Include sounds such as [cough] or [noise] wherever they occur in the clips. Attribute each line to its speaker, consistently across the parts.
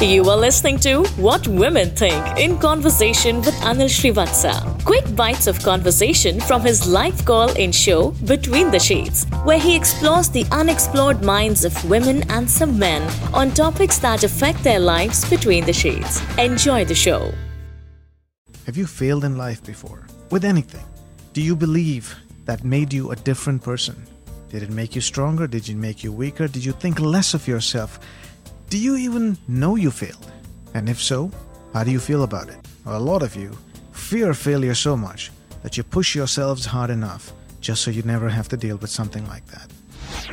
Speaker 1: You are listening to What Women Think in conversation with Anil Srivatsa. Quick bites of conversation from his live call in show Between the Shades, where he explores the unexplored minds of women and some men on topics that affect their lives between the shades. Enjoy the show.
Speaker 2: Have you failed in life before? With anything? Do you believe that made you a different person? Did it make you stronger? Did it make you weaker? Did you think less of yourself? Do you even know you failed? And if so, how do you feel about it? Well, a lot of you fear failure so much that you push yourselves hard enough just so you never have to deal with something like that.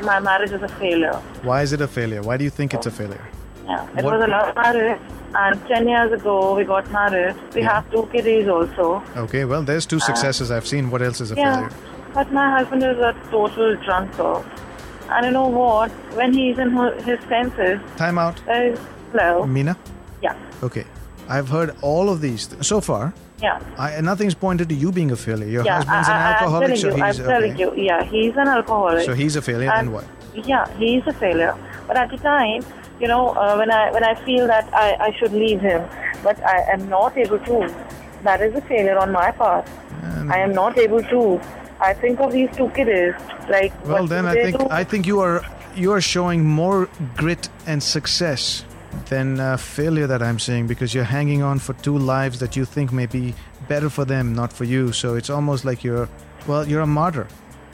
Speaker 3: My marriage is a failure.
Speaker 2: Why is it a failure? Why do you think it's a failure?
Speaker 3: Yeah. It
Speaker 2: What-
Speaker 3: was a love marriage, and 10 years ago we got married. We
Speaker 2: Yeah.
Speaker 3: have two kiddies also.
Speaker 2: Okay, well, there's two successes I've seen. What else is a
Speaker 3: Yeah.
Speaker 2: failure?
Speaker 3: But my husband is a total drunkard. And you know what? When he's in hi- his senses,
Speaker 2: Time out.
Speaker 3: there is love.
Speaker 2: Mina?
Speaker 3: Yeah.
Speaker 2: Okay. I've heard all of these th- so far.
Speaker 3: Yeah.
Speaker 2: I, and nothing's pointed to you being a failure. Your
Speaker 3: Yeah,
Speaker 2: husband's an
Speaker 3: I, I, I'm
Speaker 2: alcoholic,
Speaker 3: telling
Speaker 2: so
Speaker 3: you, I'm
Speaker 2: he's
Speaker 3: telling
Speaker 2: okay.
Speaker 3: you, Um, yeah, he's an alcoholic.
Speaker 2: So he's a failure, and, what?
Speaker 3: Yeah, he is a failure. But at the time, you know, uh, when I when I feel that I, I should leave him, but I am not able to. That is a failure on my part. I am not able to. I think of these two kiddies like. what
Speaker 2: Well,
Speaker 3: do
Speaker 2: then I
Speaker 3: they
Speaker 2: think
Speaker 3: do?
Speaker 2: I think you are you are showing more grit and success than uh, failure that I'm seeing because you're hanging on for two lives that you think may be better for them, not for you. So it's almost like you're well, you're a martyr.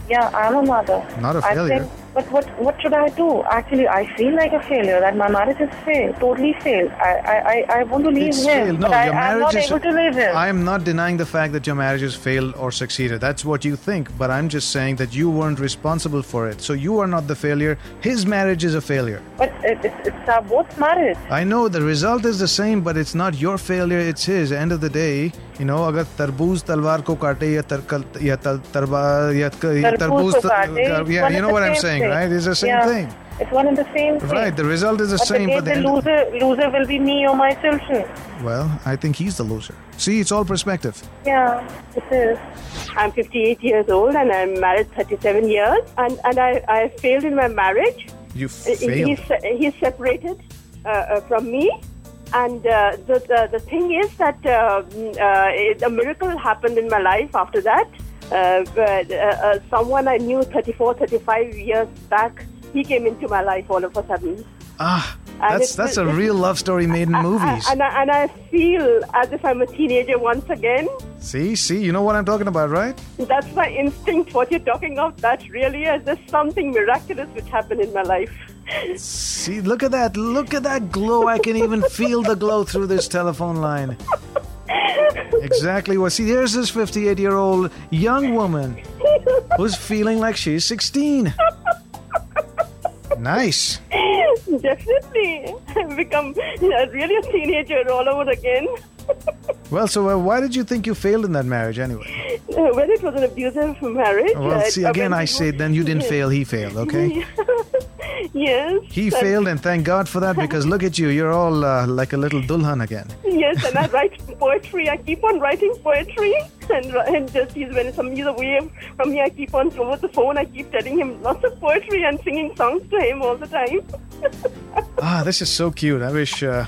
Speaker 3: Yeah, I'm a mother.
Speaker 2: Not a
Speaker 3: I
Speaker 2: failure.
Speaker 3: Think, but what what should I do? Actually, I feel like a failure. That my marriage is failed, totally failed. I I, I, I want to leave
Speaker 2: It's
Speaker 3: him,
Speaker 2: failed. No,
Speaker 3: but I,
Speaker 2: your
Speaker 3: I'm
Speaker 2: marriage
Speaker 3: not
Speaker 2: is.
Speaker 3: able to leave him.
Speaker 2: I am not denying the fact that your marriage has failed or succeeded. That's what you think, but I'm just saying that you weren't responsible for it. So you are not the failure. His marriage is a failure.
Speaker 3: But it, it's it's our both marriage.
Speaker 2: I know the result is the same, but it's not your failure, it's his. End of the day, you know, अगर तरबूज तलवार को काटे या तरकल या तल- तरबा या या तरबूज
Speaker 3: तरबूज को काटे, it's
Speaker 2: yeah,
Speaker 3: one
Speaker 2: you
Speaker 3: and
Speaker 2: know
Speaker 3: the
Speaker 2: what I'm
Speaker 3: same
Speaker 2: saying,
Speaker 3: thing.
Speaker 2: right? It's the same
Speaker 3: Yeah.
Speaker 2: thing.
Speaker 3: It's one and the same thing.
Speaker 2: Right, the result is the
Speaker 3: But
Speaker 2: same,
Speaker 3: the, day
Speaker 2: but the
Speaker 3: the
Speaker 2: end-
Speaker 3: loser, loser will be me or my children.
Speaker 2: well, I think he's the loser. See, it's all perspective.
Speaker 3: Yeah, it is.
Speaker 4: I'm 58 years old and I'm married 37 years and, and I, I failed in my marriage.
Speaker 2: You
Speaker 4: Uh, He's,
Speaker 2: failed.
Speaker 4: he's separated uh, uh, from me and uh, the, the, the thing is that uh, mm, uh, it- a miracle happened in my life after that. Uh, but, uh, uh, someone I knew 34, 35 years back, he came into my life all of a sudden.
Speaker 2: Ah,
Speaker 4: And
Speaker 2: that's
Speaker 4: it's-
Speaker 2: that's a
Speaker 4: it's-
Speaker 2: real love story made in movies.
Speaker 4: And I, and I feel as if I'm a teenager once again.
Speaker 2: See, see, you know what I'm talking about, right?
Speaker 4: That's my instinct. What you're talking of, that really is just something miraculous which happened in my life. [laughs]
Speaker 2: See, look at that, look at that glow. I can even feel the glow through this telephone line. Exactly what. See, there's this 58 year old young woman who's feeling like she's 16. Nice.
Speaker 4: Definitely. [laughs] I've become uh, really a teenager all over again.
Speaker 2: Well, so uh, why did you think you failed in that marriage anyway?
Speaker 4: Uh, when it was an abusive marriage.
Speaker 2: Well,
Speaker 4: uh,
Speaker 2: see,
Speaker 4: uh,
Speaker 2: again,
Speaker 4: when
Speaker 2: I
Speaker 4: we
Speaker 2: say
Speaker 4: were-
Speaker 2: then you
Speaker 4: [laughs]
Speaker 2: didn't
Speaker 4: Yes.
Speaker 2: fail, he failed, okay?
Speaker 4: yes.
Speaker 2: He
Speaker 4: and-
Speaker 2: failed, and thank God for that because look at you, you're all uh, like a little Dulhan again.
Speaker 4: Yes,
Speaker 2: [laughs]
Speaker 4: and I write poetry. I keep on writing poetry. And, and just he's when somebody's away from me, I keep on over the phone. I keep telling him lots of poetry and singing songs to him all the time.
Speaker 2: Ah, this is so cute. I wish uh,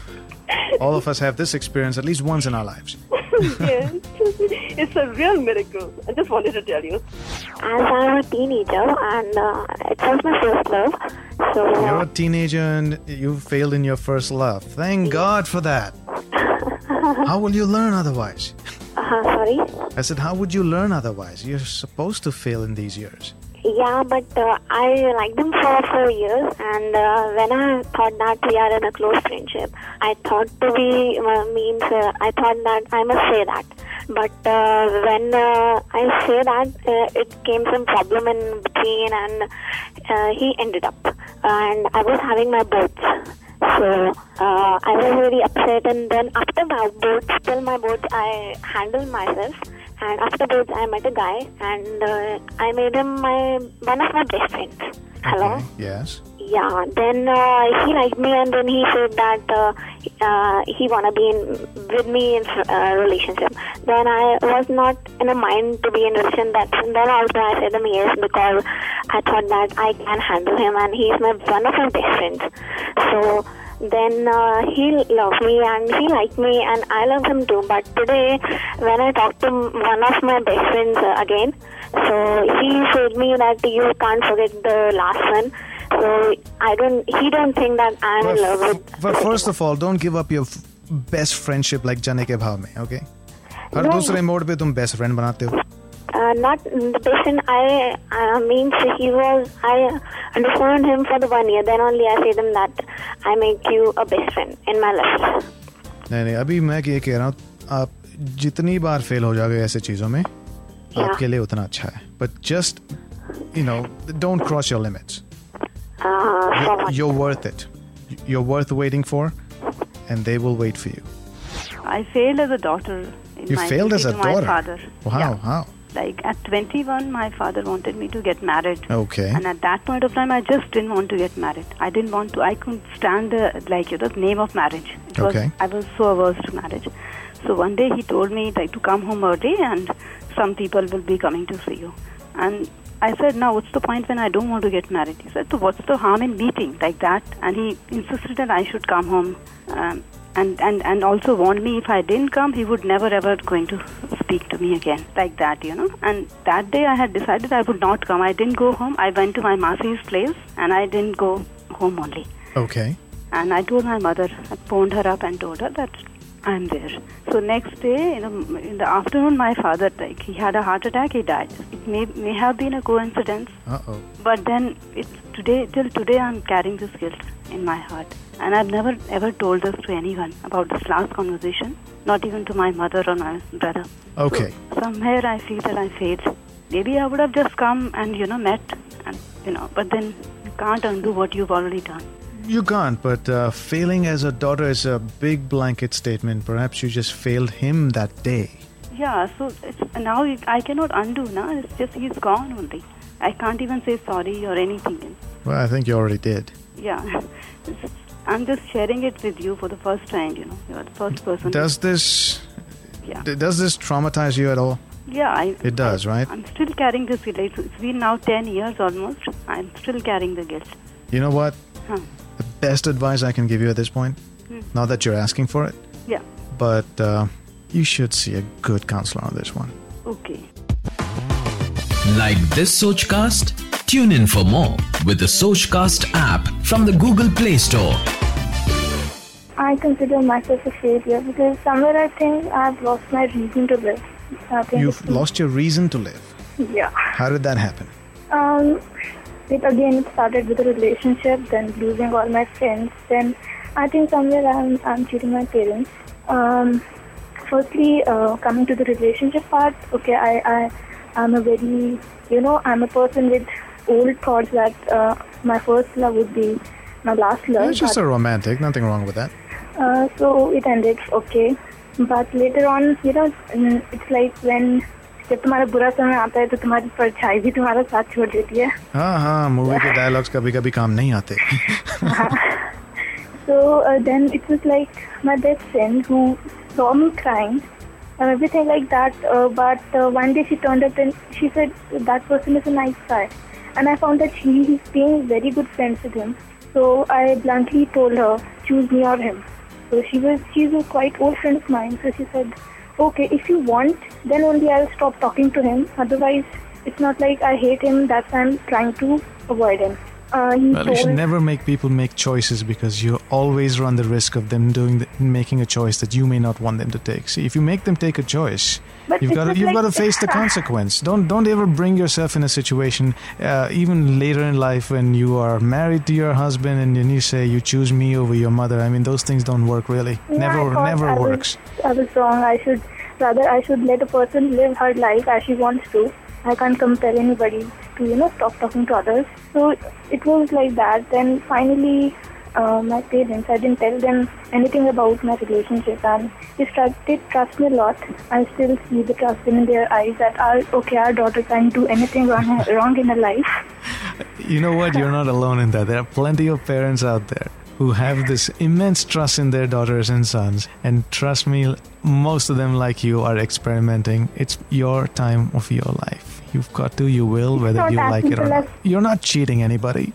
Speaker 2: all of us have this experience at least once in our lives.
Speaker 4: [laughs] yes, it's a real miracle. I just wanted to tell you.
Speaker 5: And I'm a teenager, and uh, it was my first love. So
Speaker 2: You're a teenager and you failed in your first love. Thank God for that. How will you learn otherwise?
Speaker 5: uh, sorry.
Speaker 2: I said, How would you learn otherwise? You're supposed to fail in these years.
Speaker 5: Yeah, but uh, I liked him for four years, and uh, when I thought that we are in a close friendship, I thought to be uh, means uh, I thought that I must say that. But uh, when uh, I say that, uh, it came some problem in between, and uh, he ended up, and I was having my boats. So uh, I was really upset, and then after my boat, still my boat, I handled myself. And after boat, I met a guy, and uh, I made him my one of my best friends. Hello.
Speaker 2: Okay, Yes.
Speaker 5: Yeah. Then uh, he liked me, and then he said that uh, uh, he wanna be in with me in uh, relationship. Then I was not in a mind to be in relationship. That then also I said him yes because I thought that I can handle him, and he's my one of my best friends. So
Speaker 6: then uh, he loved me and he liked me and I loved him too. But today, when I talked to m- one of my best friends uh, again, so he said me that you can't forget the last one. So I don't. He don't think that I'm in love
Speaker 2: But,
Speaker 6: with.
Speaker 2: but first of all, don't give up your f- best friendship like Jane के भाव में, okay? हर
Speaker 6: No.
Speaker 2: दूसरे मोड पे तुम best friend बनाते हो
Speaker 6: Uh, not the patient. I uh, means he was. I understood him for the one year. Then only I say them that I make you a best friend in my life.
Speaker 2: नहीं नहीं अभी मैं ये कह रहा हूँ आप जितनी बार फेल हो जाओगे ऐसे चीजों में आपके लिए उतना अच्छा है but just you know don't cross your limits
Speaker 6: Uh, for one.
Speaker 2: you're worth it you're worth waiting for and they will wait for you
Speaker 7: I failed as a daughter. In
Speaker 2: you
Speaker 7: my
Speaker 2: failed as a
Speaker 7: duty to
Speaker 2: daughter
Speaker 7: My father.
Speaker 2: wow
Speaker 7: Yeah.
Speaker 2: how
Speaker 7: Like at 21, my father wanted me to get married.
Speaker 2: okay
Speaker 7: And at that point of time, I just didn't want to get married. I didn't want to. I couldn't stand the like you know, the name of marriage. It
Speaker 2: Okay.
Speaker 7: Was, I was so averse to marriage. So one day he told me like to come home early, and some people will be coming to see you. And I said, now what's the point when I don't want to get married? He said, so what's the harm in meeting like that? And he insisted that I should come home. Um, and, and, and also warned me if I didn't come, he would never ever going to speak to me again like that, you know. And that day I had decided I would not come. I didn't go home. I went to my Masi's place and I didn't go home only.
Speaker 2: okay
Speaker 7: And I told my mother, I phoned her up and told her that I'm there. So next day, in the, in the afternoon, my father, like, he had a heart attack, he died. It may, may have been a coincidence,
Speaker 2: uh-oh
Speaker 7: but then it's today till today I'm carrying this guilt in my heart. And I've never ever told this to anyone about this last conversation, not even to my mother or my brother.
Speaker 2: okay
Speaker 7: Somewhere I feel that I failed. Maybe I would have just come and, you know, met and you know, but then you can't undo what you've already done.
Speaker 2: you can't but uh, failing as a daughter is a big blanket statement perhaps you just failed him that day
Speaker 7: Yeah, so it's, now it- I cannot undo now. It's just he's gone only. I can't even say sorry or anything.
Speaker 2: well i think you already did
Speaker 7: Yeah, [laughs] It's- I'm just sharing it with you for the first time. You know, you're the first person.
Speaker 2: does this
Speaker 7: Mm-hmm. Yeah.
Speaker 2: d- does this traumatize you at all
Speaker 7: Yeah, I,
Speaker 2: it does right
Speaker 7: I'm still carrying this guilt. It's, it's been now 10 years almost. I'm still carrying the guilt.
Speaker 2: you know what
Speaker 7: Huh. Hmm.
Speaker 2: the best advice i can give you at this point not that you're asking for it
Speaker 7: Yeah.
Speaker 2: but uh, you should see a good counselor on this one
Speaker 7: Okay.
Speaker 8: Like this Sochcast? Tune in for more with the Sochcast app from the Google Play Store.
Speaker 9: I consider myself a failure because somewhere I think I've lost my reason to live. I think
Speaker 2: You've
Speaker 9: it's-
Speaker 2: lost your reason to live.
Speaker 9: Yeah.
Speaker 2: How did that happen?
Speaker 9: Um, it again it started with a relationship, then losing all my friends. Then I think somewhere I'm I'm cheating my parents. Um, firstly, uh, coming to the relationship part. Okay, I I I'm a very you know I'm a person with old thoughts that uh, my first love would be my last love.
Speaker 2: It's just
Speaker 9: but-
Speaker 2: a romantic, nothing wrong with
Speaker 7: [laughs]
Speaker 2: that.
Speaker 9: uh, so it ended okay but later on you know mm, it's like when जब तुम्हारा बुरा समय आता है तो तुम्हारी परछाई भी तुम्हारा साथ छोड़ देती है
Speaker 2: हाँ हाँ मूवी के डायलॉग्स कभी कभी काम नहीं आते
Speaker 9: So uh, then it was like my best friend who saw me crying and everything like that. Uh, but uh, one day she turned up and she said, That person is a nice guy. And I found that he is being very good friends with him. So I bluntly told her, Choose me or him. So she was, she's a quite old friend of mine. So she said, Okay, if you want, then only I'll stop talking to him. Otherwise, it's not like I hate him, that's why I'm trying to avoid him. Uh, he
Speaker 2: You should
Speaker 9: told-
Speaker 2: never make people make choices because you always run the risk of them doing the, making a choice that you may not want them to take. See, if you make them take a choice,
Speaker 9: But
Speaker 2: you've
Speaker 9: it
Speaker 2: got to
Speaker 9: was
Speaker 2: you've
Speaker 9: like-
Speaker 2: got
Speaker 9: [laughs]
Speaker 2: to face the consequence. Don't don't ever bring yourself in a situation, uh, even later in life when you are married to your husband and then you say you choose me over your mother. I mean, those things don't work really.
Speaker 9: Yeah,
Speaker 2: never
Speaker 9: I thought I
Speaker 2: never
Speaker 9: was-
Speaker 2: works.
Speaker 9: I was wrong. I should rather I should let a person live her life as she wants to. I can't compel anybody to you know stop talking to others. So it was like that. Then finally, uh, my parents. I didn't tell them anything about my relationship, and they start, did trust me a lot. I still see the trust in their eyes that our okay, our daughter can't do anything wrong [laughs] wrong in her life.
Speaker 2: You know what? You're not alone in that. There are plenty of parents out there who have this immense trust in their daughters and sons. And trust me, most of them, like you, are experimenting. It's your time of your life. You've got to, you will, whether
Speaker 9: not
Speaker 2: you
Speaker 9: as
Speaker 2: like it or
Speaker 9: simple
Speaker 2: not.
Speaker 9: as-
Speaker 2: You're not cheating anybody.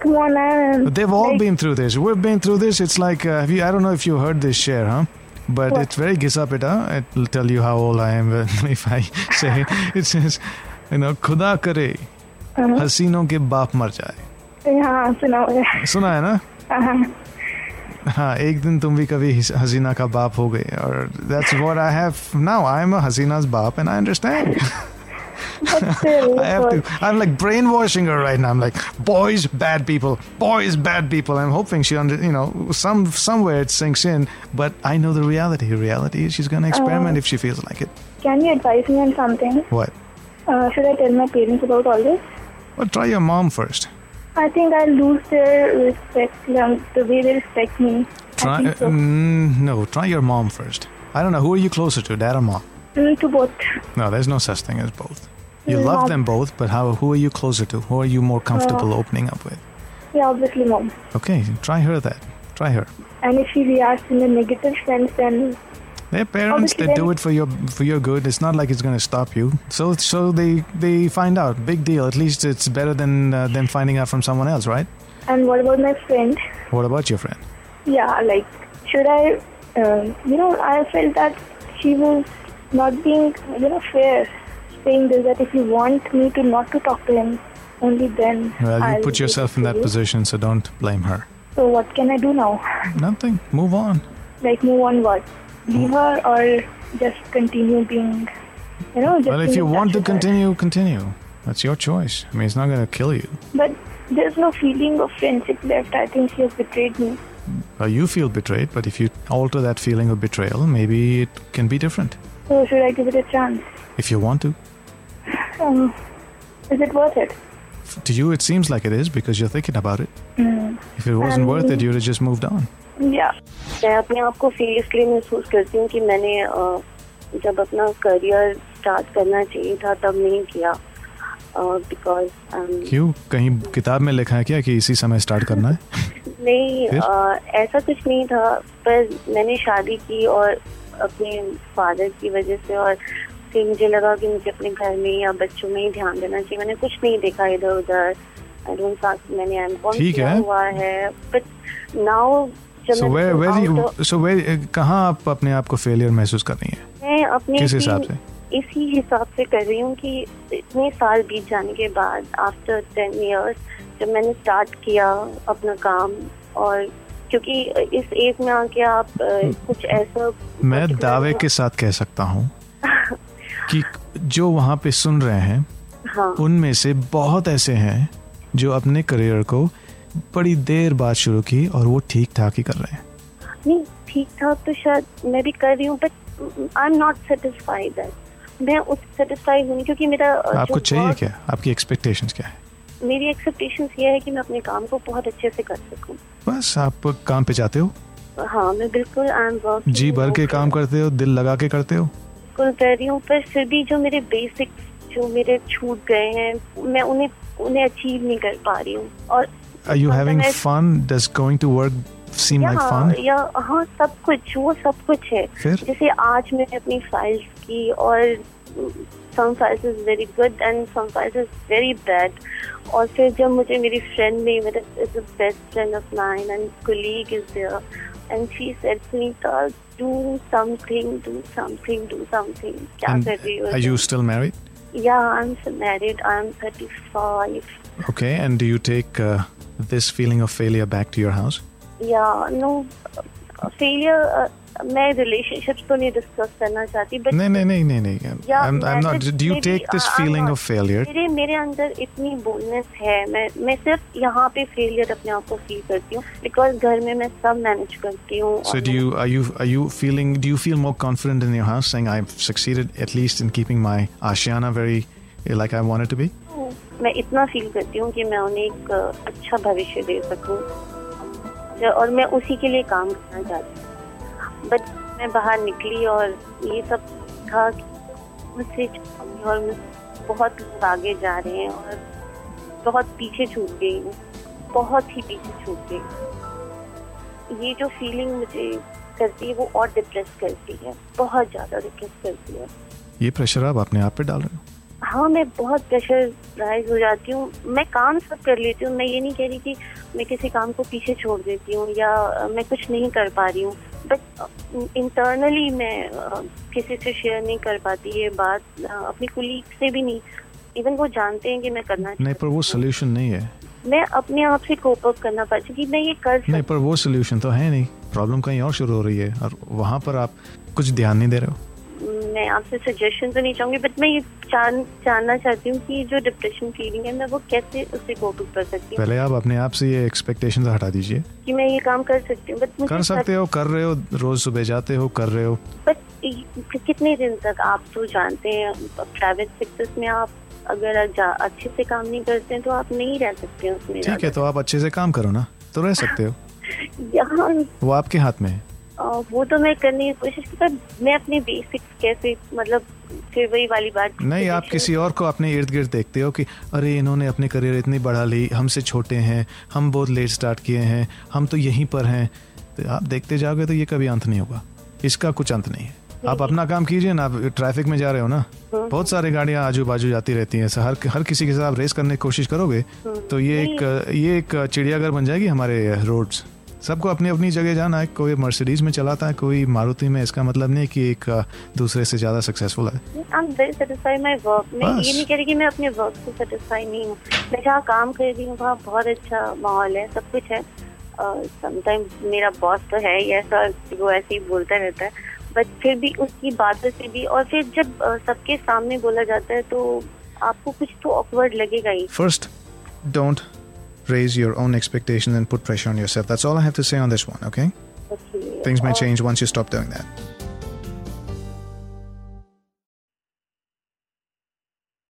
Speaker 9: come on, Anand.
Speaker 2: They've all
Speaker 9: Mm-hmm. Like,
Speaker 2: been through this. We've been through this. It's like uh, have you? I don't know if you heard this share, huh? But
Speaker 9: What?
Speaker 2: it's very gisapita. It'll tell you how old I am when, [laughs] if I say [laughs] it. It says, you know, खुदा करे
Speaker 9: Uh-huh.
Speaker 2: हसीनों के बाप मर जाए
Speaker 9: हाँ
Speaker 2: [laughs]
Speaker 9: [laughs] सुनाओ हाँ,
Speaker 2: सुना है ना
Speaker 9: हाँ
Speaker 2: हाँ एक दिन तुम भी कभी हिस- हसीना का बाप हो गए और that's what I have now. I'm a हसीना's बाप and I
Speaker 9: [laughs]
Speaker 2: understand.
Speaker 9: but still
Speaker 2: I have to. I'm like brainwashing her right now. I'm like, boys, bad people. Boys, bad people. I'm hoping she under, you know, some somewhere it sinks in. But I know the reality. Reality is she's gonna experiment
Speaker 9: Uh-huh.
Speaker 2: if she feels like it.
Speaker 9: can you advise me on something
Speaker 2: What?
Speaker 9: uh, should I tell my parents about all this
Speaker 2: Well, try your mom first.
Speaker 9: I think I'll lose their respect um, the way they respect me I
Speaker 2: Try.
Speaker 9: think so.
Speaker 2: mm, no, try your mom first. I don't know who are you closer to, dad or mom.
Speaker 9: Mm, to both
Speaker 2: No, there's no such thing as both. You
Speaker 9: Mm,
Speaker 2: love
Speaker 9: mom.
Speaker 2: them both, but how? Who are you closer to? Who are you more comfortable
Speaker 9: Uh,
Speaker 2: opening up with?
Speaker 9: yeah obviously mom
Speaker 2: Okay, try her that. Try her.
Speaker 9: and if she reacts in a negative sense then
Speaker 2: They're parents
Speaker 9: Obviously,
Speaker 2: that
Speaker 9: they-
Speaker 2: do it for your for your good. It's not like it's going to stop you. So so they they find out. Big deal. At least it's better than uh, than finding out from someone else, right?
Speaker 9: and what about my friend
Speaker 2: What about your friend?
Speaker 9: yeah like should I um, you know I felt that she was not being you know fair saying this that if you want me to not to talk to him only then
Speaker 2: Well, you
Speaker 9: I'll
Speaker 2: put
Speaker 9: be
Speaker 2: yourself in
Speaker 9: with
Speaker 2: that
Speaker 9: you.
Speaker 2: position, so don't blame her.
Speaker 9: so what can I do now
Speaker 2: Nothing. Move on.
Speaker 9: like move on what
Speaker 2: Hmm.
Speaker 9: leave her or just continue being you know just
Speaker 2: Well, if
Speaker 9: being
Speaker 2: you
Speaker 9: in
Speaker 2: want to
Speaker 9: touch with her?
Speaker 2: continue, continue. That's your choice. I mean, it's not going to kill you.
Speaker 9: but there's no feeling of friendship left I think she has betrayed me
Speaker 2: Well, you feel betrayed, but if you alter that feeling of betrayal, maybe it can be different.
Speaker 9: so should I give it a chance
Speaker 2: If you want to.
Speaker 9: um, is it worth it
Speaker 2: To you, it seems like it is because you're thinking about it.
Speaker 5: Hmm.
Speaker 2: If it wasn't
Speaker 9: Um,
Speaker 2: worth it, you'd have just moved on.
Speaker 9: yeah
Speaker 5: मैं अपने आप को free इसलिए महसूस करती हूँ कि मैंने अ, जब अपना करियर स्टार्ट करना चाहिए था तब नहीं किया um, बिकॉज
Speaker 2: क्यों कहीं किताब में लिखा है क्या कि इसी समय स्टार्ट करना है
Speaker 5: नहीं
Speaker 2: फिर?
Speaker 5: अ, ऐसा कुछ नहीं था पर मैंने शादी की और अपने फादर की वजह से और फिर मुझे लगा कि मुझे अपने घर में या बच्चों में ही ध्यान देना चाहिए मैंने कुछ नहीं देखा इधर उधर आई डोंट मैंने एम कॉम
Speaker 2: ठीक
Speaker 5: किया
Speaker 2: है।
Speaker 5: हुआ है बट नाउ जब
Speaker 2: सो
Speaker 5: मैं
Speaker 2: where
Speaker 5: out of-
Speaker 2: where so where कहाँ आप अपने आप को फेलियर महसूस कर रही हैं
Speaker 5: मैं अपने
Speaker 2: किस हिसाब
Speaker 5: ही-
Speaker 2: से?
Speaker 5: इसी हिसाब से कर रही हूँ कि इतने साल बीत जाने के बाद आफ्टर टेन इयर्स जब मैंने स्टार्ट किया अपना काम और क्योंकि इस एज में आके आप अ, कुछ ऐसा
Speaker 2: हम्म। मैं
Speaker 5: कुछ
Speaker 2: दावे
Speaker 5: करना-
Speaker 2: के साथ कह सकता हूँ कि जो वहाँ पे सुन रहे हैं
Speaker 5: हाँ
Speaker 2: उनमें से बहुत ऐसे हैं जो अपने करियर को बड़ी देर बाद शुरू की और वो ठीक ठाक ही कर रहे हैं
Speaker 5: नहीं ठीक ठाक तो शायद मैं भी कर रही हूँ but I am not satisfied that मैं उस सेटिस्फाई हूँ क्योंकि मेरा अ, जो
Speaker 2: आपको चाहिए
Speaker 5: work-
Speaker 2: क्या आपकी एक्सपेक्टेशंस क्या है
Speaker 5: मेरी एक्सपेक्टेशंस ये है कि मैं अपने काम को बहुत अच्छे से कर सकूँ
Speaker 2: बस आप काम पे जाते हो
Speaker 5: हाँ मैं बिल्कुल आई एम वर्क
Speaker 2: जी भर के काम करते हो दिल लगा के करते हो
Speaker 5: बिल्कुल कर रही हूँ पर फिर भी जो मेरे बेसिक्स जो मेरे छूट गए हैं मैं उन्हें उन्हें अचीव नहीं कर पा रही हूँ और
Speaker 2: are you having
Speaker 5: sometimes-
Speaker 2: fun does going to work seem like
Speaker 5: या,
Speaker 2: फन
Speaker 5: या हाँ, तो हाँ सब कुछ वो सब कुछ है
Speaker 2: फिर?
Speaker 5: जैसे आज मैंने अपनी फाइल्स की और some files is very good and some files is very bad और फिर जब मुझे मेरी फ्रेंड ने मेरा is best friend of mine and colleague is there and she said to me do something do something do something क्या
Speaker 2: And
Speaker 5: कर रही हो
Speaker 2: are
Speaker 5: तुम?"
Speaker 2: you still married?
Speaker 5: Yeah, I'm so married. I'm 35.
Speaker 2: Okay, and do you take uh, this feeling of failure back to your house?
Speaker 5: Yeah, no, uh, failure. Uh, मैं relationships तो नहीं discuss करना चाहती but
Speaker 2: No, no, no, no, no.
Speaker 5: Yeah,
Speaker 2: I'm, I'm not.
Speaker 5: marriage
Speaker 2: Do you
Speaker 5: maybe,
Speaker 2: take this
Speaker 5: uh, I'm
Speaker 2: feeling
Speaker 5: not-
Speaker 2: of failure?
Speaker 5: मेरे मेरे अंदर इतनी बोलनेस है मैं मैं सिर्फ यहाँ पे फेलियर अपने आप को फील करती हूँ बिकॉज घर में मैं सब मैनेज करती हूँ
Speaker 2: So
Speaker 5: और
Speaker 2: do you are you are you feeling? Do you feel more confident in your house, saying I've succeeded at least in keeping my ashiana very uh, like I want it to be?
Speaker 5: मैं इतना feel करती हूँ कि मैं उन्हें एक uh, अच्छा भविष्य दे सकूँ और मैं उसी के लिए काम करना चाहती हूँ बट मैं बाहर निकली और ये सब था कि मुझसे छोटी और मुझसे बहुत लोग आगे जा रहे हैं और बहुत पीछे छूट गई हूँ बहुत ही पीछे छूट गई हूँ। ये जो फीलिंग मुझे करती है वो और डिप्रेस करती है बहुत ज़्यादा डिप्रेस करती है
Speaker 2: ये प्रेशर आप अपने आप पे डाल रहे हो
Speaker 5: हाँ मैं बहुत प्रेशराइज हो जाती हूँ मैं काम सब कर लेती हूँ मैं ये नहीं कह रही कि मैं किसी काम को पीछे छोड़ देती हूँ या अ, मैं कुछ नहीं कर पा रही हूँ बट इंटरनली मैं अ, किसी से शेयर नहीं कर पाती ये बात अ, अपनी कुलीग से भी नहीं इवन वो जानते हैं कि मैं करना
Speaker 2: नहीं पर वो सोल्यूशन नहीं है
Speaker 5: मैं अपने आप से कोप अप करना पाती हूँ कि मैं ये कर सकती
Speaker 2: नहीं पर वो सोल्यूशन तो है नहीं प्रॉब्लम कहीं और शुरू हो रही है और वहाँ पर आप कुछ ध्यान नहीं दे रहे हो
Speaker 5: मैं आपसे सजेशन तो नहीं चाहूंगी बट मैं ये जान जानना चाहती हूँ कि जो डिप्रेशन फीलिंग है मैं वो कैसे उससे कोप कर सकती हूँ
Speaker 2: पहले आप अपने आप से ये एक्सपेक्टेशन हटा दीजिए
Speaker 5: कि मैं ये काम कर सकती हूँ बट
Speaker 2: कर सकते हो कर रहे हो रोज सुबह जाते हो कर रहे
Speaker 5: [laughs]
Speaker 2: हो
Speaker 5: बट कितने दिन तक आप तो जानते हैं प्राइवेट सेक्टर में आप अगर जा- अच्छे से काम नहीं करते हैं, तो आप नहीं रह सकते हैं उसमें
Speaker 2: ठीक है तो आप अच्छे से काम करो ना तो रह सकते हो
Speaker 5: यहाँ
Speaker 2: वो आपके हाथ में है
Speaker 5: अ, वो तो मैं करने की कोशिश की पर मैं अपने बेसिक्स कैसे मतलब फिर वही वाली बात
Speaker 2: नहीं आप किसी और को अपने इर्द गिर्द देखते हो कि अरे इन्होंने अपने करियर इतनी बढ़ा ली हमसे छोटे हैं हम बहुत लेट स्टार्ट किए हैं हम तो यहीं पर हैं तो आप देखते जाओगे तो ये कभी अंत नहीं होगा इसका कुछ अंत नहीं है आप अपना काम कीजिए ना आप ट्रैफिक में जा रहे हो ना बहुत सारी गाड़ियां आजू बाजू जाती रहती हैं हर हर किसी के साथ आप रेस करने की कोशिश करोगे तो ये एक ये एक चिड़ियाघर बन जाएगी हमारे रोड्स सबको अपनी अपनी जगह जाना है कोई मर्सिडीज में चलाता है कोई मारुति में इसका मतलब नहीं कि एक अ, दूसरे से ज़्यादा सक्सेसफुल है
Speaker 5: I am very satisfy my work मैं
Speaker 2: बस।
Speaker 5: ये नहीं कह रही कि मैं अपने वर्क से सेटिस्फाई नहीं हूँ मैं जहाँ काम कर रही हूँ वहाँ बहुत अच्छा माहौल है सब कुछ है समटाइम्स मेरा बॉस तो है ही ऐसा वो ऐसे ही बोलता रहता है बट फिर भी उसकी बातों से भी और फिर जब अ, सबके सामने बोला जाता है तो आपको कुछ तो ऑकवर्ड लगेगा ही
Speaker 2: First, don't raise your own expectations and put pressure on yourself. That's all I have to say on this one, okay?
Speaker 5: Okay,
Speaker 2: Things may
Speaker 5: और-
Speaker 2: change once you stop doing that.